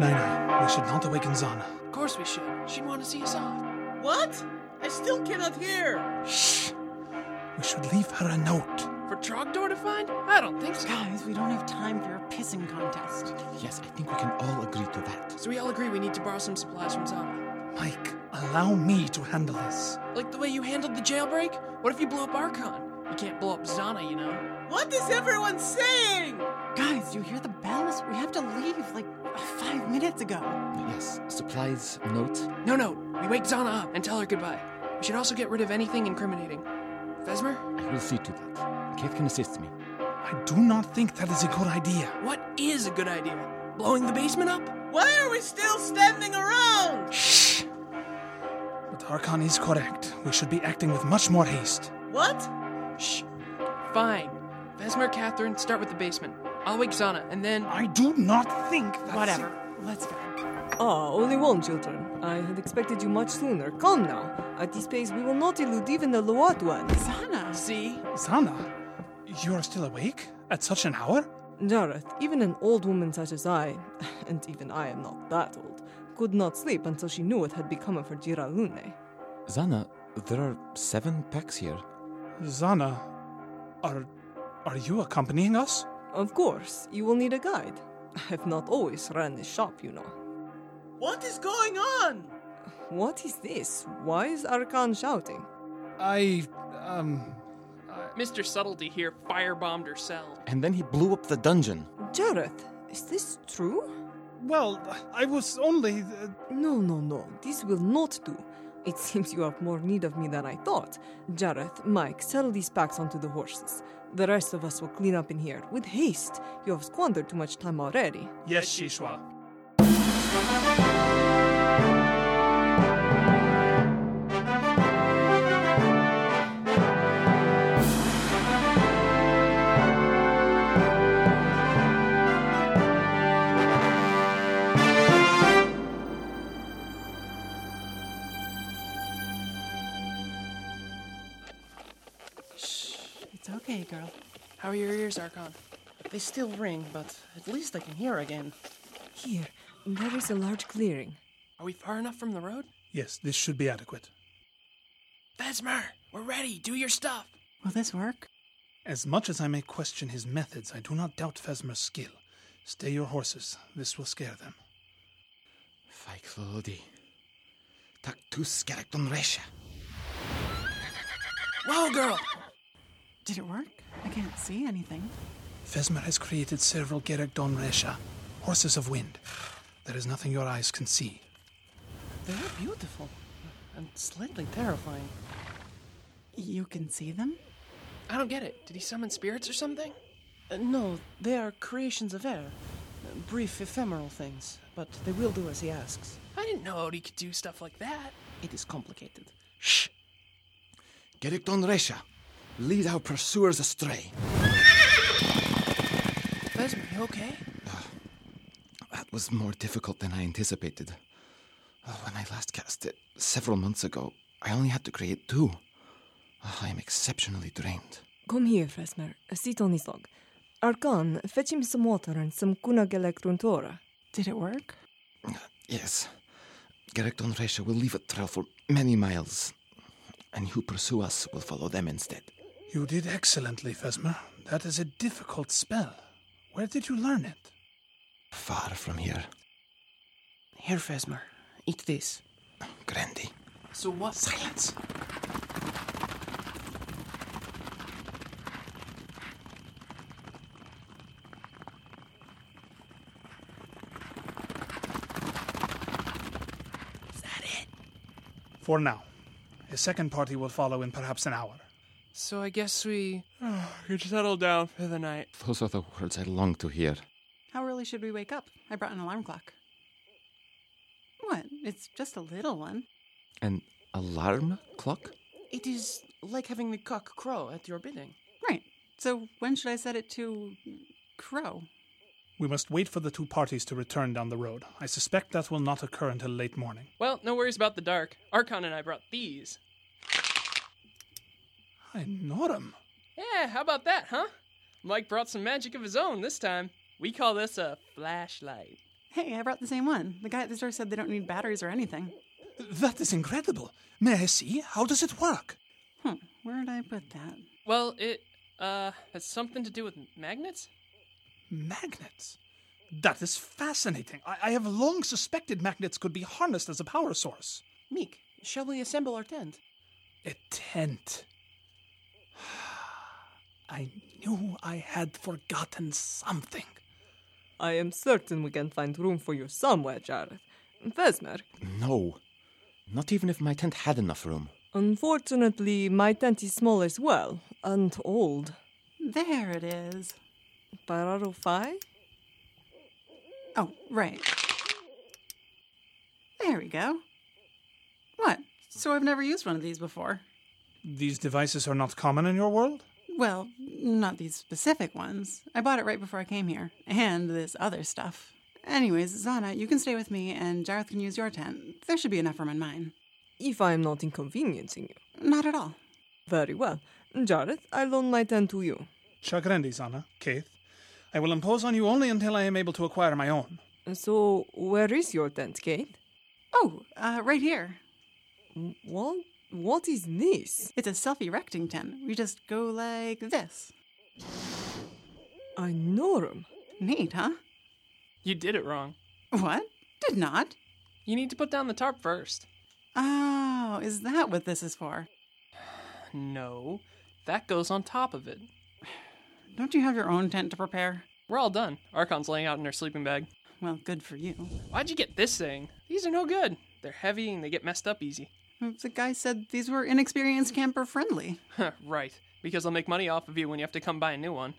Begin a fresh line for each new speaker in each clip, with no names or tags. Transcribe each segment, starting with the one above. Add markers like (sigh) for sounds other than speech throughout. Nina, we should not awaken Zana.
Of course we should. She'd want to see us off.
What? I still cannot hear.
Shh! We should leave her a note.
For Trogdor to find? I don't think so.
Guys, we don't have time for your pissing contest.
Yes, I think we can all agree to that.
So we all agree we need to borrow some supplies from Zama.
Mike, allow me to handle this.
Like the way you handled the jailbreak? What if you blow up Archon? You can't blow up Zana, you know.
What is everyone saying?
Guys, you hear the bells? We have to leave like five minutes ago.
Yes, supplies, note.
No, no. We wake Zana up and tell her goodbye. We should also get rid of anything incriminating. Vesmer?
I will see to that. Kev can assist me.
I do not think that is a good idea.
What is a good idea? Blowing the basement up?
Why are we still standing around?
Shh! But Archon is correct. We should be acting with much more haste.
What?
Shh. Fine. Vesmer, Catherine, start with the basement. I'll wake Zana, and then.
I do not think that's.
Whatever. Let's go.
Ah, only one, children. I had expected you much sooner. Come now. At this pace, we will not elude even the Luat ones.
Sana.
See?
Zana, you are still awake? At such an hour?
Jareth, even an old woman such as I, (laughs) and even I am not that old, could not sleep until she knew what had become of her Giralune.
Zana, there are seven packs here.
Zana, are. are you accompanying us?
Of course, you will need a guide. (laughs) I have not always run this shop, you know.
What is going on?
What is this? Why is Arkan shouting?
I. um.
Mr. Subtlety here firebombed her cell.
And then he blew up the dungeon.
Jareth, is this true?
Well, I was only. uh,
No, no, no. This will not do. It seems you have more need of me than I thought. Jareth, Mike, sell these packs onto the horses. The rest of us will clean up in here with haste. You have squandered too much time already.
yes, Shishwa.
It's okay, girl.
How are your ears, Archon?
They still ring, but at least I can hear again.
Here, there is a large clearing.
Are we far enough from the road?
Yes, this should be adequate.
Vesmer, we're ready. Do your stuff.
Will this work?
As much as I may question his methods, I do not doubt Fesmer's skill. Stay your horses. This will scare them.
Fyclodi. Tak tu skeleton resha.
Whoa, girl!
Did it work? I can't see anything.
Fesmer has created several Gerakdon Resha, horses of wind. There is nothing your eyes can see.
They are beautiful and slightly terrifying.
You can see them?
I don't get it. Did he summon spirits or something?
Uh, no, they are creations of air. Uh, brief, ephemeral things, but they will do as he asks.
I didn't know Odie could do stuff like that.
It is complicated.
Shh! Gerekton resha. Lead our pursuers astray.
Vesmer, you okay?
Ah, That was more difficult than I anticipated. Uh, When I last cast it, several months ago, I only had to create two. Uh, I am exceptionally drained.
Come here, Fresmer. Sit on this log. Arkan, fetch him some water and some Kunagelectruntora.
Did it work?
Yes. Gerekton Resha will leave a trail for many miles, and who pursue us will follow them instead.
You did excellently, Fesmer. That is a difficult spell. Where did you learn it?
Far from here.
Here, Fesmer, eat this.
Grandy.
So what? Silence!
For now. A second party will follow in perhaps an hour.
So I guess (sighs) we could settle down for the night.
Those are the words I long to hear.
How early should we wake up? I brought an alarm clock. What? It's just a little one.
An alarm clock?
It is like having the cock crow at your bidding.
Right. So when should I set it to crow?
We must wait for the two parties to return down the road. I suspect that will not occur until late morning.
Well, no worries about the dark. Archon and I brought these.
I Norum.
Yeah, how about that, huh? Mike brought some magic of his own this time. We call this a flashlight.
Hey, I brought the same one. The guy at the store said they don't need batteries or anything.
That is incredible. May I see? How does it work?
Hmm, where'd I put that?
Well, it uh has something to do with magnets.
Magnets. That is fascinating. I, I have long suspected magnets could be harnessed as a power source.
Meek, shall we assemble our tent?
A tent. (sighs) I knew I had forgotten something.
I am certain we can find room for you somewhere, Jareth. Vesmer,
No. Not even if my tent had enough room.
unfortunately, my tent is small as well, and old.
There it is.
Pararo Phi?
Oh, right. There we go. What? So I've never used one of these before.
These devices are not common in your world?
Well, not these specific ones. I bought it right before I came here, and this other stuff. Anyways, Zana, you can stay with me, and Jareth can use your tent. There should be enough room in mine.
If I am not inconveniencing you.
Not at all.
Very well. Jareth, I loan my tent to you.
Chagrandi, Zana, Keith. I will impose on you only until I am able to acquire my own.
So, where is your tent, Kate?
Oh, uh, right here.
What? What is this?
It's a self erecting tent. We just go like this.
I know him.
Neat, huh?
You did it wrong.
What? Did not?
You need to put down the tarp first.
Oh, is that what this is for?
No, that goes on top of it.
Don't you have your own tent to prepare?
We're all done. Archon's laying out in her sleeping bag.
Well, good for you.
Why'd you get this thing? These are no good. They're heavy and they get messed up easy. (laughs)
The guy said these were inexperienced camper friendly.
Huh, right, because they'll make money off of you when you have to come buy a new one.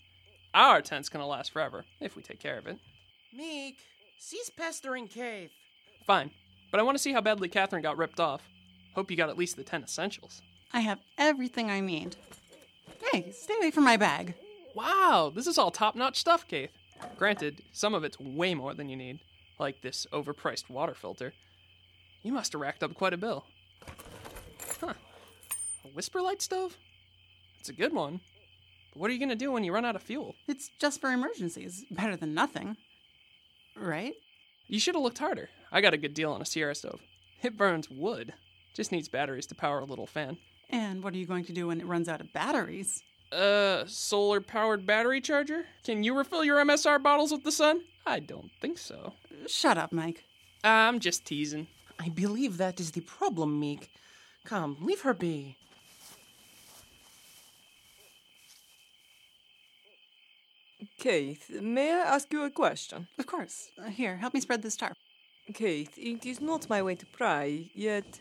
Our tent's gonna last forever, if we take care of it.
Meek, cease pestering Cave.
Fine, but I wanna see how badly Catherine got ripped off. Hope you got at least the 10 essentials.
I have everything I need. Hey, stay away from my bag.
Wow, this is all top notch stuff, Keith. Granted, some of it's way more than you need, like this overpriced water filter. You must have racked up quite a bill. Huh. A whisper light stove? It's a good one. But what are you gonna do when you run out of fuel?
It's just for emergencies. Better than nothing. Right?
You should have looked harder. I got a good deal on a Sierra stove. It burns wood. Just needs batteries to power a little fan.
And what are you going to do when it runs out of batteries?
Uh, solar powered battery charger? Can you refill your MSR bottles with the sun? I don't think so.
Shut up, Mike.
I'm just teasing.
I believe that is the problem, Meek. Come, leave her be.
Kate, may I ask you a question?
Of course. Uh, Here, help me spread this tarp.
Kate, it is not my way to pry, yet.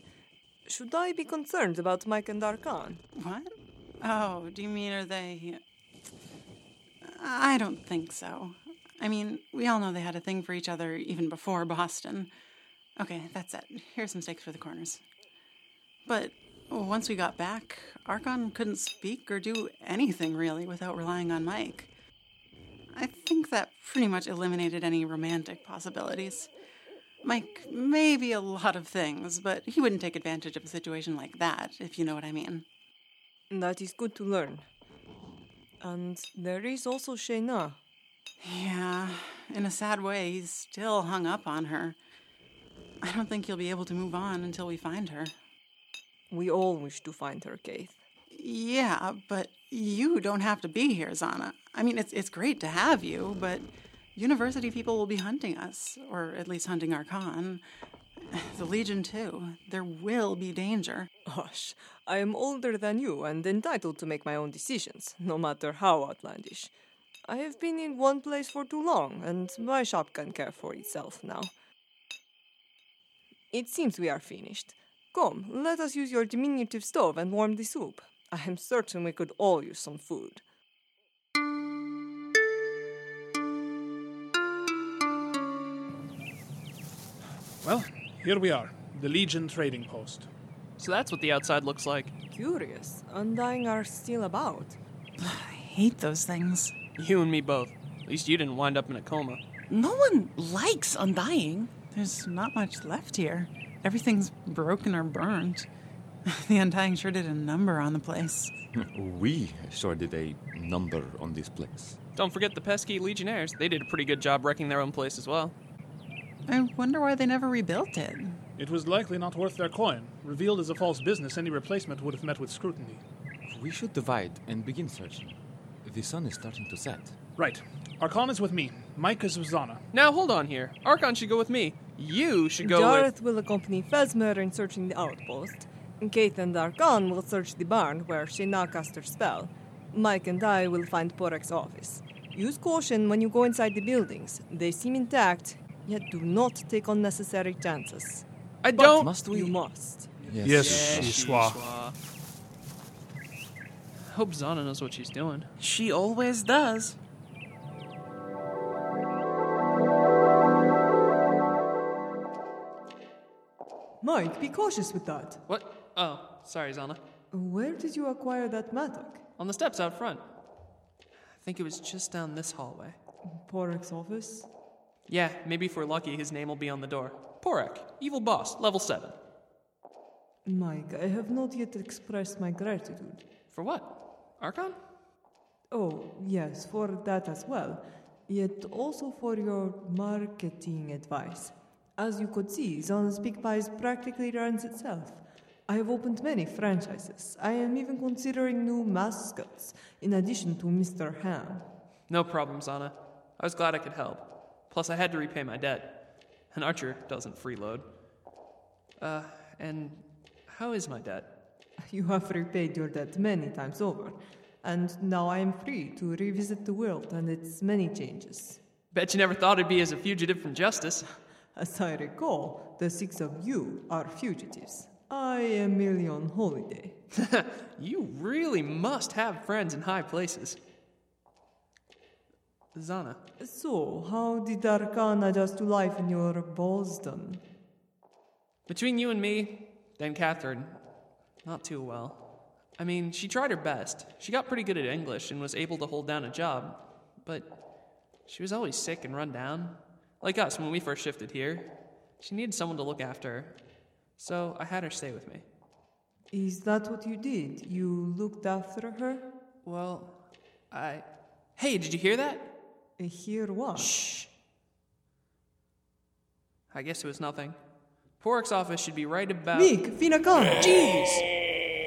Should I be concerned about Mike and Arkan?
What? Oh, do you mean are they. I don't think so. I mean, we all know they had a thing for each other even before Boston. Okay, that's it. Here's some stakes for the corners. But once we got back, Archon couldn't speak or do anything really without relying on Mike. I think that pretty much eliminated any romantic possibilities. Mike may be a lot of things, but he wouldn't take advantage of a situation like that, if you know what I mean.
That is good to learn. And there is also Shayna.
Yeah, in a sad way, he's still hung up on her. I don't think he'll be able to move on until we find her.
We all wish to find her, Kate.
Yeah, but you don't have to be here, Zana. I mean, it's it's great to have you, but university people will be hunting us, or at least hunting our con. The Legion too. There will be danger.
Hush, I am older than you and entitled to make my own decisions, no matter how outlandish. I have been in one place for too long, and my shop can care for itself now. It seems we are finished. Come, let us use your diminutive stove and warm the soup. I am certain we could all use some food.
Well, here we are, the Legion trading post.
So that's what the outside looks like.
Curious, undying are still about.
I hate those things.
You and me both. At least you didn't wind up in a coma.
No one likes Undying.
There's not much left here. Everything's broken or burned. (laughs) The Undying sure did a number on the place.
We sure did a number on this place.
Don't forget the pesky Legionnaires. They did a pretty good job wrecking their own place as well.
I wonder why they never rebuilt it.
It was likely not worth their coin. Revealed as a false business, any replacement would have met with scrutiny.
We should divide and begin searching. The sun is starting to set.
Right. Archon is with me. Mike is with Zana.
Now hold on here. Archon should go with me. You should go
Jareth will accompany Felsmer in searching the outpost. Kate and Arkan will search the barn where Shayna cast her spell. Mike and I will find Porek's office. Use caution when you go inside the buildings. They seem intact, yet do not take unnecessary chances.
with. I don't.
Must we?
You must.
Yes.
Shishwa. Hope Zana knows what she's doing.
She always does.
Mike, be cautious with that.
What? Oh, sorry, Zana.
Where did you acquire that mattock?
On the steps out front. I think it was just down this hallway.
Porek's office?
Yeah, maybe if we're lucky, his name will be on the door. Porek, evil boss, level 7.
Mike, I have not yet expressed my gratitude.
For what? Archon?
Oh, yes, for that as well, yet also for your marketing advice. As you could see, Zona's Big Pies practically runs itself. I have opened many franchises. I am even considering new mascots, in addition to Mr. Ham. (laughs)
No problem, Zana. I was glad I could help. Plus, I had to repay my debt. An archer doesn't freeload. Uh, and how is my debt?
You have repaid your debt many times over, and now I am free to revisit the world and its many changes.
Bet you never thought I'd be as a fugitive from justice.
As I recall, the six of you are fugitives. I am merely on holiday.
You really must have friends in high places. Zana,
So, how did Arkan adjust to life in your Boston?
between you and me, then Catherine, not too well. I mean, she tried her best. She got pretty good at English and was able to hold down a job, but she was always sick and run down. Like us when we first shifted here. She needed someone to look after her, so I had her stay with me.
Is that what you did? You looked after her?
Well, I. Hey, did you hear that?
Eh, Here what?
Shh. I guess it was nothing. Pork's office should be right about.
Meek, Fina Khan!
Jeez!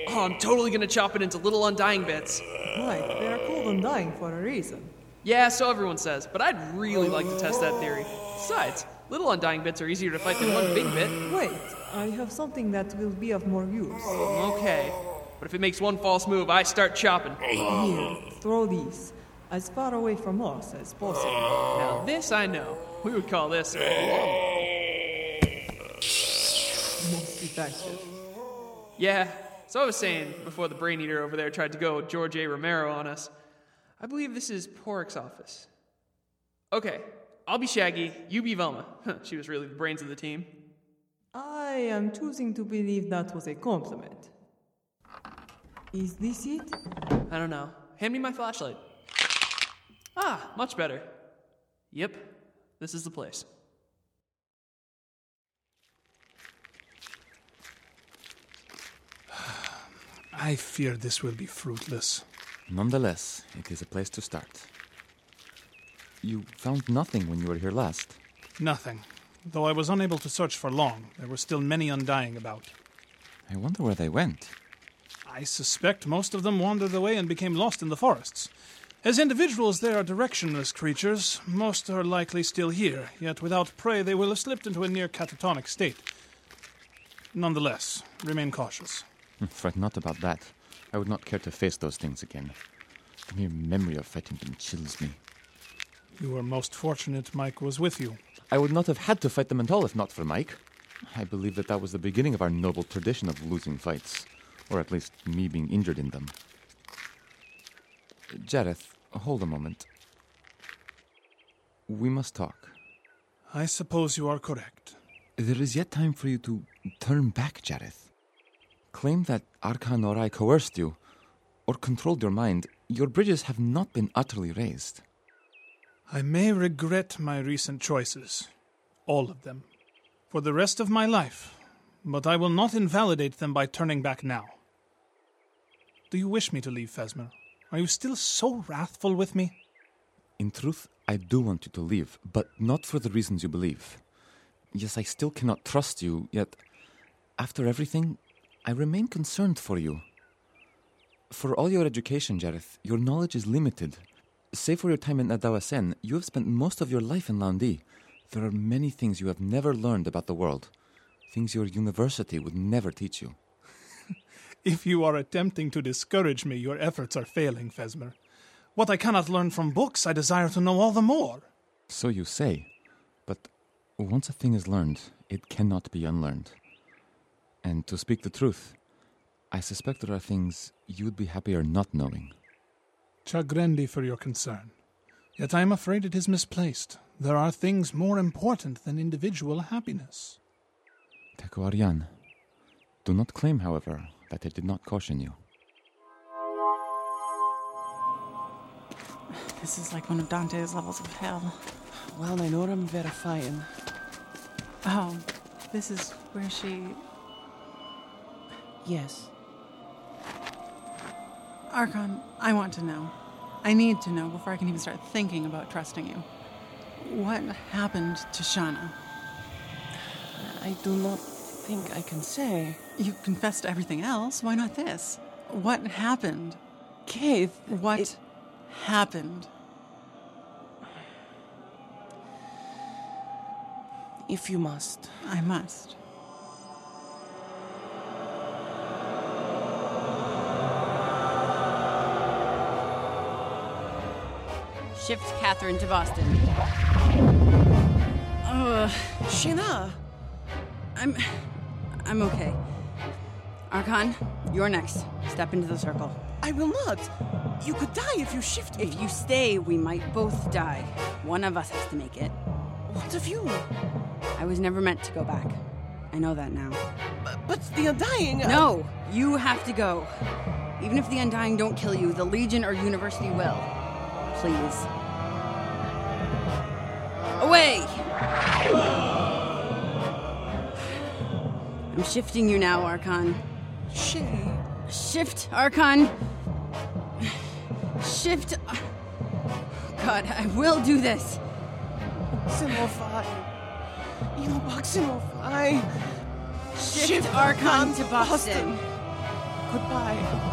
Oh, I'm totally gonna chop it into little undying bits.
Mike, they are called undying for a reason.
Yeah, so everyone says, but I'd really like to test that theory. Besides, little undying bits are easier to fight than one big bit.
Wait, I have something that will be of more use.
Okay. But if it makes one false move, I start chopping.
Here, throw these. As far away from us as possible.
Now, this I know. We would call this.
Most effective.
Yeah, so I was saying before the brain eater over there tried to go George A. Romero on us. I believe this is Pork's office. Okay, I'll be Shaggy, you be Velma. (laughs) Huh, she was really the brains of the team.
I am choosing to believe that was a compliment. Is this it?
I don't know. Hand me my flashlight. Ah, much better. Yep, this is the place.
I fear this will be fruitless.
Nonetheless, it is a place to start. You found nothing when you were here last.
Nothing. Though I was unable to search for long, there were still many undying about.
I wonder where they went.
I suspect most of them wandered away and became lost in the forests. As individuals, they are directionless creatures. Most are likely still here, yet without prey, they will have slipped into a near catatonic state. Nonetheless, remain cautious.
Fret not about that. I would not care to face those things again. The mere memory of fighting them chills me.
You were most fortunate Mike was with you.
I would not have had to fight them at all if not for Mike. I believe that that was the beginning of our noble tradition of losing fights, or at least me being injured in them. Jareth, hold a moment. We must talk.
I suppose you are correct.
There is yet time for you to turn back, Jareth. Claim that Arkan or I coerced you, or controlled your mind. Your bridges have not been utterly raised.
I may regret my recent choices, all of them, for the rest of my life, but I will not invalidate them by turning back now. Do you wish me to leave, Fesmer? Are you still so wrathful with me?
In truth, I do want you to leave, but not for the reasons you believe. Yes, I still cannot trust you, yet, after everything, I remain concerned for you. For all your education, Jareth, your knowledge is limited. Save for your time in Nadawasen, you have spent most of your life in Landi. There are many things you have never learned about the world, things your university would never teach you.
If you are attempting to discourage me, your efforts are failing, Fesmer. What I cannot learn from books, I desire to know all the more.
So you say, but once a thing is learned, it cannot be unlearned. And to speak the truth, I suspect there are things you would be happier not knowing.
Chagrendi for your concern. Yet I am afraid it is misplaced. There are things more important than individual happiness.
Tekuarian, do not claim, however, that I did not caution you.
This is like one of Dante's levels of hell.
Well, Ninorum verifying.
Oh, this is where she.
Yes.
Archon, I want to know. I need to know before I can even start thinking about trusting you. What happened to Shauna?
I do not think I can say.
You confessed everything else. Why not this? What happened?
Cave.
What
it-
happened?
if you must.
I must.
Shift Catherine to Boston.
Shina!
I'm. I'm okay. Archon, you're next. Step into the circle.
I will not! You could die if you shift me.
If you stay, we might both die. One of us has to make it.
What of you?
I was never meant to go back. I know that now.
But the undying.
No, you have to go. Even if the Undying don't kill you, the Legion or University will. Please. Away! I'm shifting you now, Archon.
She.
Shift, Archon. Shift. God, I will do this.
Simplify. You box simplify.
Shift, Archon to Boston.
Goodbye.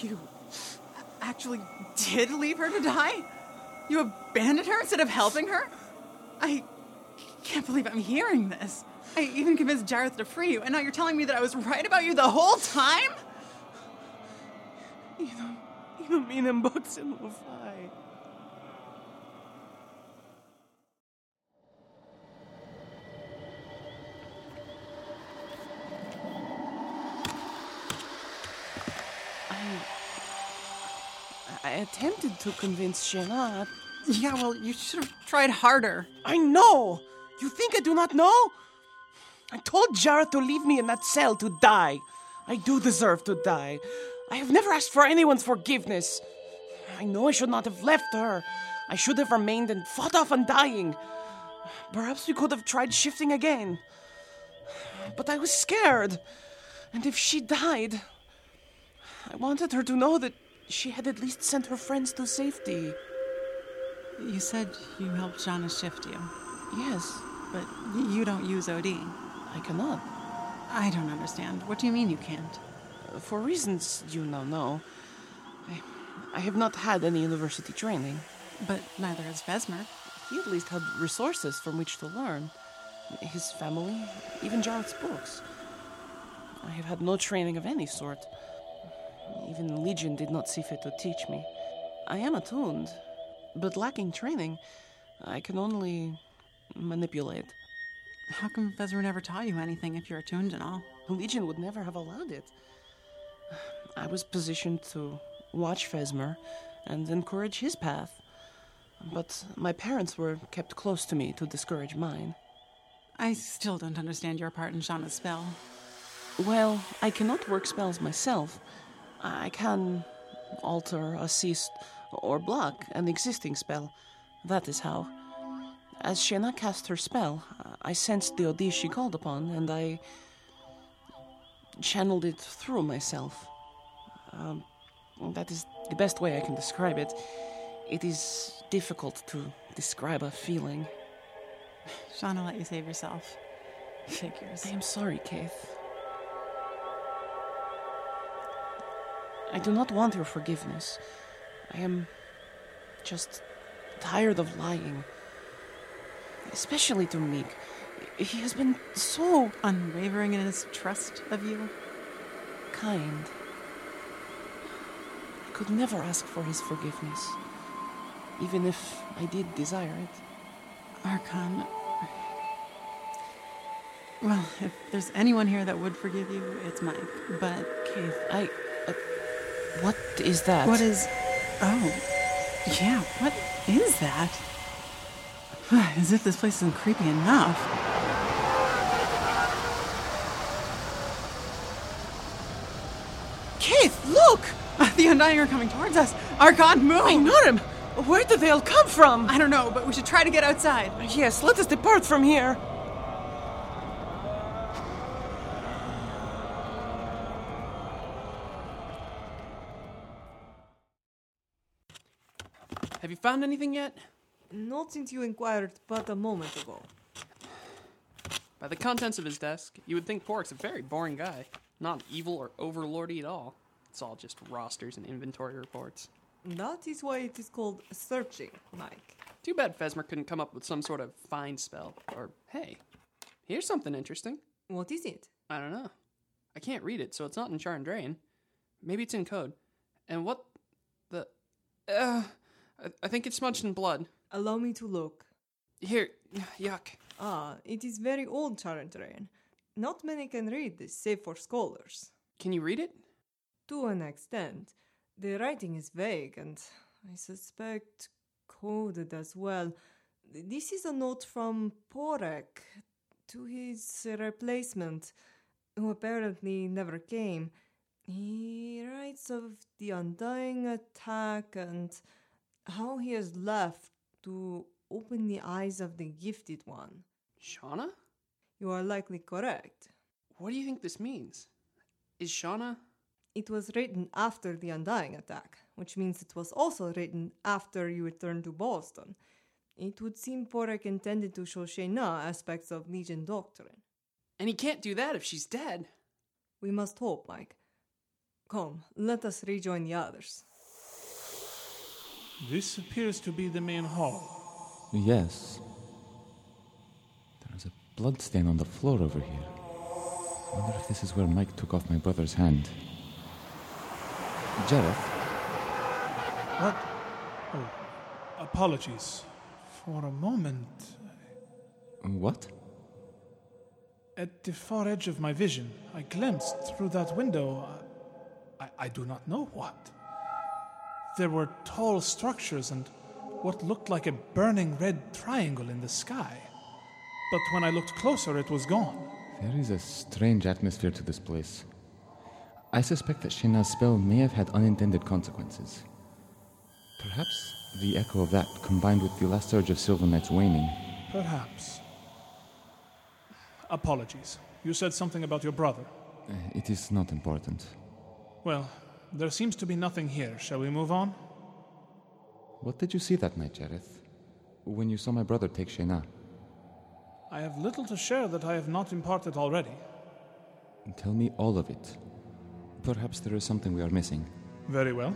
You actually did leave her to die? You abandoned her instead of helping her? I can't believe I'm hearing this. I even convinced Jareth to free you, and now you're telling me that I was right about you the whole time?
You don't mean them box simplify. I- I attempted to convince Shana.
Yeah, well, you should have tried harder.
I know! You think I do not know? I told Jareth to leave me in that cell to die. I do deserve to die. I have never asked for anyone's forgiveness. I know I should not have left her. I should have remained and fought off undying. Perhaps we could have tried shifting again. But I was scared. And if she died, I wanted her to know that she had at least sent her friends to safety.
You said you helped Shauna shift you,
Yes,
but you don't use OD.
I cannot.
I don't understand. What do you mean you can't?
For reasons you now know, I, I have not had any university training.
But neither has Vesmer.
He at least had resources from which to learn. His family, even Jarrett's books. I have had no training of any sort. Even Legion did not see fit to teach me. I am attuned, but lacking training, I can only manipulate.
How come Vesmer never taught you anything if you're attuned and all?
The Legion would never have allowed it. I was positioned to watch Fesmer and encourage his path. But my parents were kept close to me to discourage mine.
I still don't understand your part in Shauna's spell.
Well, I cannot work spells myself. I can alter, assist, or block an existing spell. That is how. As Shena cast her spell, I sensed the Odi she called upon, and I channeled it through myself. Um, that is the best way I can describe it. It is difficult to describe a feeling.
Shauna let you save yourself. Figures.
I am sorry, Keith. I do not want your forgiveness. I am just tired of lying. Especially to Meek. He has been so
Oh, Unwavering in his trust of you.
kind. I could never ask for his forgiveness, even if I did desire it.
Archon. Well, if there's anyone here that would forgive you, it's Mike. But Keith.
I. Uh, what is that?
What is. Oh. Yeah, what is that? (sighs) As if this place isn't creepy enough.
Keith, look!
(laughs) The Undying are coming towards us. Archon, move!
I know him! Where did they all come from?
I don't know, but we should try to get outside.
Yes, let us depart from here.
Have you found anything yet?
Not since you inquired but a moment ago.
By the contents of his desk, you would think Pork's a very boring guy. Not evil or overlordy at all. It's all just rosters and inventory reports.
That is why it is called searching, Mike.
Too bad Fesmer couldn't come up with some sort of find spell. Or, hey, here's something interesting.
What is it?
I don't know. I can't read it, so it's not in Charandrain. Maybe it's in code. And what the. Uh, I, I think it's smudged in blood.
Allow me to look.
Here, (sighs) yuck.
Ah, it is very old Charantrain. Not many can read this, save for scholars.
Can you read it?
To an extent. The writing is vague and I suspect coded as well. This is a note from Porek to his replacement, who apparently never came. He writes of the undying attack and how he has left to open the eyes of the gifted one.
Shauna?
You are likely correct.
What do you think this means? Is Shauna.
It was written after the Undying attack, which means it was also written after you returned to Boston. It would seem Porek intended to show Shayna aspects of Legion doctrine.
And he can't do that if she's dead.
We must hope, Mike. Come, let us rejoin the others.
This appears to be the main hall.
Yes. There is a bloodstain on the floor over here. I wonder if this is where Mike took off my brother's hand. Jareth,
What? Oh, apologies. For a moment,
what?
at the far edge of my vision, I glanced through that window. I, I do not know what. There were tall structures and what looked like a burning red triangle in the sky. But when I looked closer, it was gone.
There is a strange atmosphere to this place. I suspect that Shayna's spell may have had unintended consequences. Perhaps the echo of that, combined with the last surge of Sylvan Knight's waning,
Perhaps. Apologies. You said something about your brother.
uh, it is not important.
Well, there seems to be nothing here. Shall we move on?
What did you see that night, Jareth? When you saw my brother take Shayna,
I have little to share that I have not imparted already.
tell me all of it. Perhaps there is something we are missing.
Very well.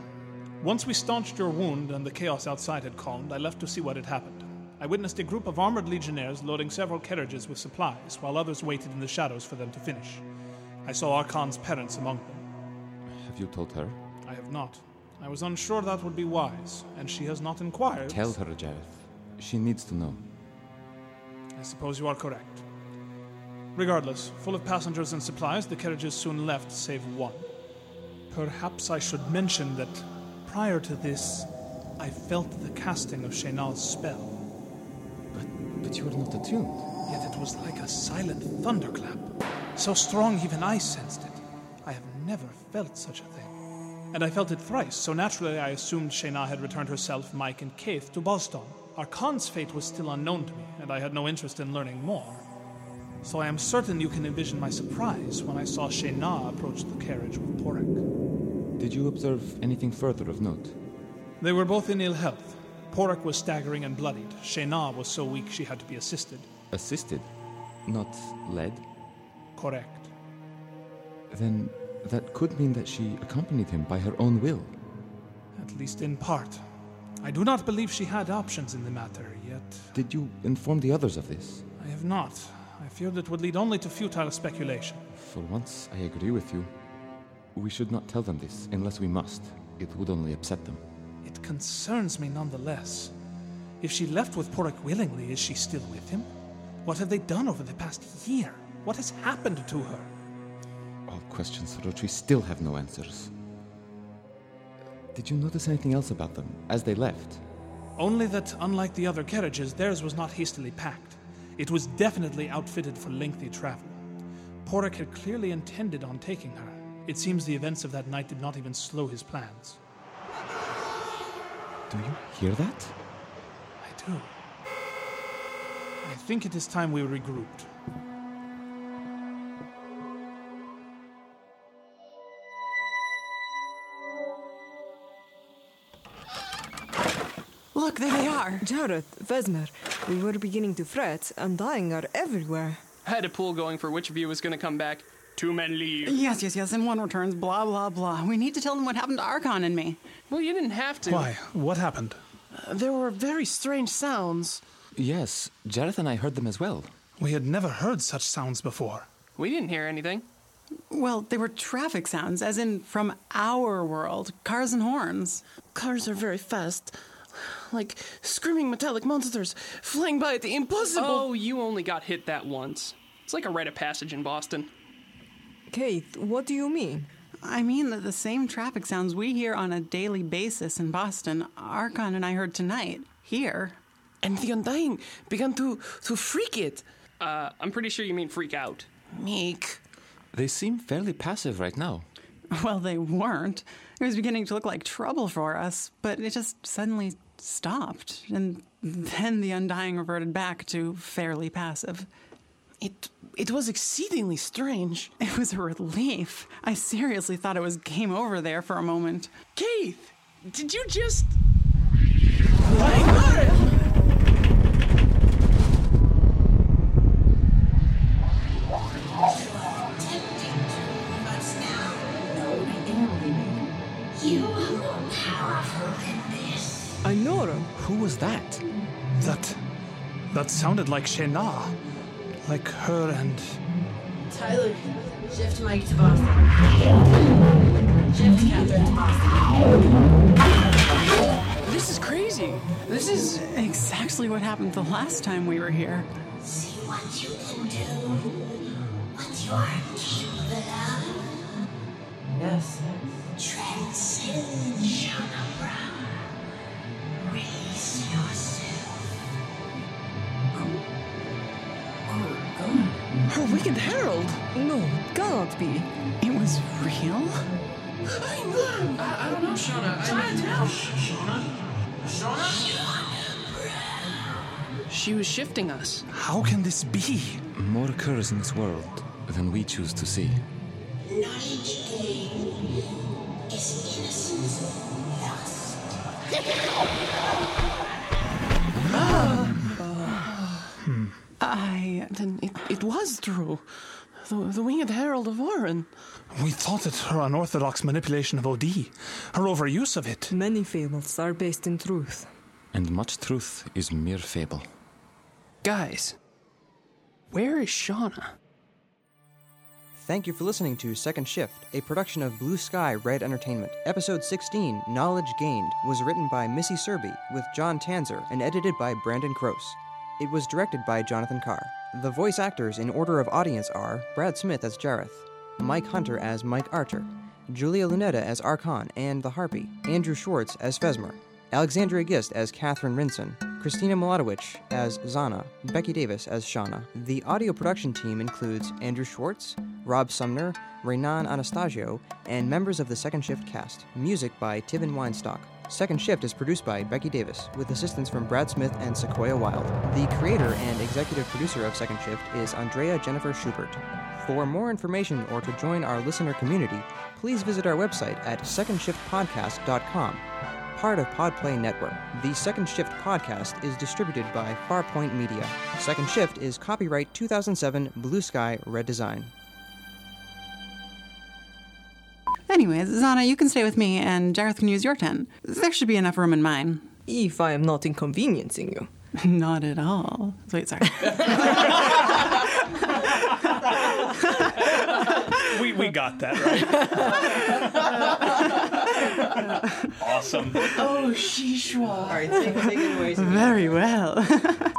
Once we staunched your wound and the chaos outside had calmed, I left to see what had happened. I witnessed a group of armored legionnaires loading several carriages with supplies, while others waited in the shadows for them to finish. I saw Archon's parents among them.
Have you told her?
I have not. I was unsure that would be wise, and she has not inquired.
Tell her, Jareth. She needs to know.
I suppose you are correct. Regardless, full of passengers and supplies, the carriages soon left, save one. Perhaps I should mention that prior to this, I felt the casting of Shaynal's spell,
But, but you are not attuned.
yet it was like a silent thunderclap, so strong even I sensed it. I have never felt such a thing. and I felt it thrice, so naturally I assumed Shayna had returned herself, Mike, and Kaith to Boston. Our Khan's fate was still unknown to me, and I had no interest in learning more. So I am certain you can envision my surprise when I saw Shayna approach the carriage with Porek.
Did you observe anything further of note?
They were both in ill health. Porek was staggering and bloodied. Shayna was so weak she had to be assisted.
Assisted? Not led?
Correct.
Then that could mean that she accompanied him by her own will.
At least in part. I do not believe she had options in the matter, yet
Did you inform the others of this?
I have not. I feared it would lead only to futile speculation.
For once, I agree with you. We should not tell them this unless we must. It would only upset them.
It concerns me nonetheless. If she left with Porek willingly, is she still with him? What have they done over the past year? What has happened to her?
All questions for which we still have no answers. Did you notice anything else about them as they left?
Only that, unlike the other carriages, theirs was not hastily packed. It was definitely outfitted for lengthy travel. Porek had clearly intended on taking her. It seems the events of that night did not even slow his plans.
Do you hear that?
I do. I think it is time we regrouped.
Look, there they are.
Jareth, Vesmer, we were beginning to fret, and dying are everywhere.
I had a pool going for which of you was going to come back. Two men leave.
Yes, yes, yes. And one returns, blah, blah, blah. We need to tell them what happened to Archon and me.
Well, you didn't have to.
Why? What happened?
There were very strange sounds.
Yes, Jareth and I heard them as well.
We had never heard such sounds before.
We didn't hear anything.
Well, they were traffic sounds, as in from our world cars and horns.
Cars are very fast. Like screaming metallic monsters flying by at the impossible.
Oh, you only got hit that once. It's like a rite of passage in Boston.
Kate, what do you mean?
I mean that the same traffic sounds we hear on a daily basis in Boston, Archon and I heard tonight, here. (laughs)
And the Undying began to, to freak it.
Uh, I'm pretty sure you mean freak out.
Meek.
They seem fairly passive right now.
Well, they weren't. It was beginning to look like trouble for us, but it just suddenly stopped. And then the Undying reverted back to fairly passive.
It, it was exceedingly strange.
It was a relief. I seriously thought it was game over there for a moment.
Keith, did you just.
You are more powerful than this.
Ainora,
Who was that?
That. that sounded like Shayna. Like her and.
Tyler, shift Mike to Boston. Shift Catherine to Boston.
This is crazy.
This is exactly what happened the last time we were here.
See what you can do. What you are capable of.
Yes.
Transcend chakra. Release yourself.
Her wicked herald.
no, it cannot be.
It was real?
She was shifting us.
How can this be?
More occurs in this world than we choose to see.
Knowledge gained is innocence lost.
I.
Then it, it was true. The, the winged herald of Warren.
We thought it her unorthodox manipulation of OD, her overuse of it.
Many fables are based in truth.
And much truth is mere fable.
Guys, where is Shauna?
Thank you for listening to Second Shift, a production of Blue Sky Red Entertainment. Episode 16, Knowledge Gained, was written by Missy Serby with John Tanzer and edited by Brandon Gross. It was directed by Jonathan Carr. The voice actors in order of audience are Brad Smith as Jareth, Mike Hunter as Mike Archer, Julia Lunetta as Archon and the Harpy, Andrew Schwartz as Fesmer, Alexandria Gist as Catherine Rinson, Christina Miladowicz as Zana, Becky Davis as Shauna. The audio production team includes Andrew Schwartz, Rob Sumner, Renan Anastasio, and members of the Second Shift cast. Music by Tivin Weinstock. Second Shift is produced by Becky Davis, with assistance from Brad Smith and Sequoia Wild. The creator and executive producer of Second Shift is Andrea Jennifer Schubert. For more information or to join our listener community, please visit our website at secondshiftpodcast.com. Part of Podplay Network. The Second Shift podcast is distributed by Farpoint Media. Second Shift is copyright 2007 Blue Sky Red Design.
Anyways, Zana, you can stay with me, and Jareth can use your tent. There should be enough room in mine. (laughs)
If I am not inconveniencing you.
Not at all. Wait, sorry. (laughs)
we, we got that right. (laughs) awesome.
Oh, Shishwa.
Very well.